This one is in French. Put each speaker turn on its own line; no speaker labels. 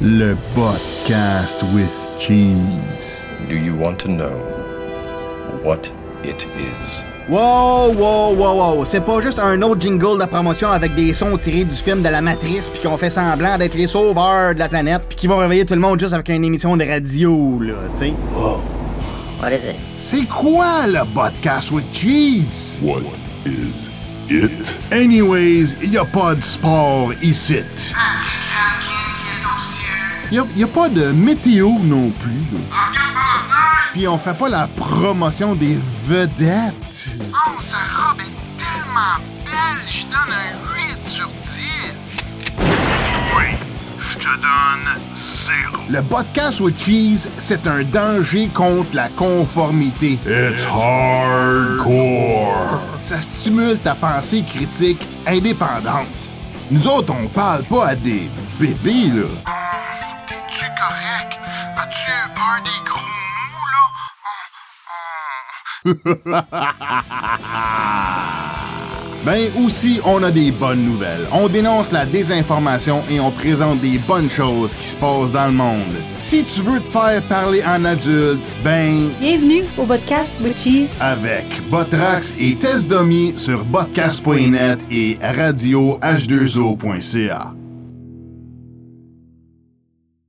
Le podcast with cheese.
Do you want to know what it is?
Wow, wow, wow, wow. C'est pas juste un autre jingle de promotion avec des sons tirés du film de la Matrice puis qu'on fait semblant d'être les sauveurs de la planète puis qui vont réveiller tout le monde juste avec une émission de radio, là, tu sais.
What is it?
C'est quoi le podcast with cheese?
What is it?
Anyways, y a pas de sport ici. Y a, y a pas de météo non plus. là. Puis on fait pas la promotion des vedettes.
Oh, sa robe est tellement belle, je donne un 8 sur 10. Oui, je te donne 0.
Le podcast with cheese, c'est un danger contre la conformité.
It's hardcore.
Ça stimule ta pensée critique indépendante. Nous autres, on parle pas à des bébés, là.
T'es-tu correct? As-tu eu peur des gros mous, là? Hum,
Ben aussi, on a des bonnes nouvelles. On dénonce la désinformation et on présente des bonnes choses qui se passent dans le monde. Si tu veux te faire parler en adulte, ben
Bienvenue au podcast Witches.
avec Botrax et Test Dummy sur podcast.net et radioh2o.ca.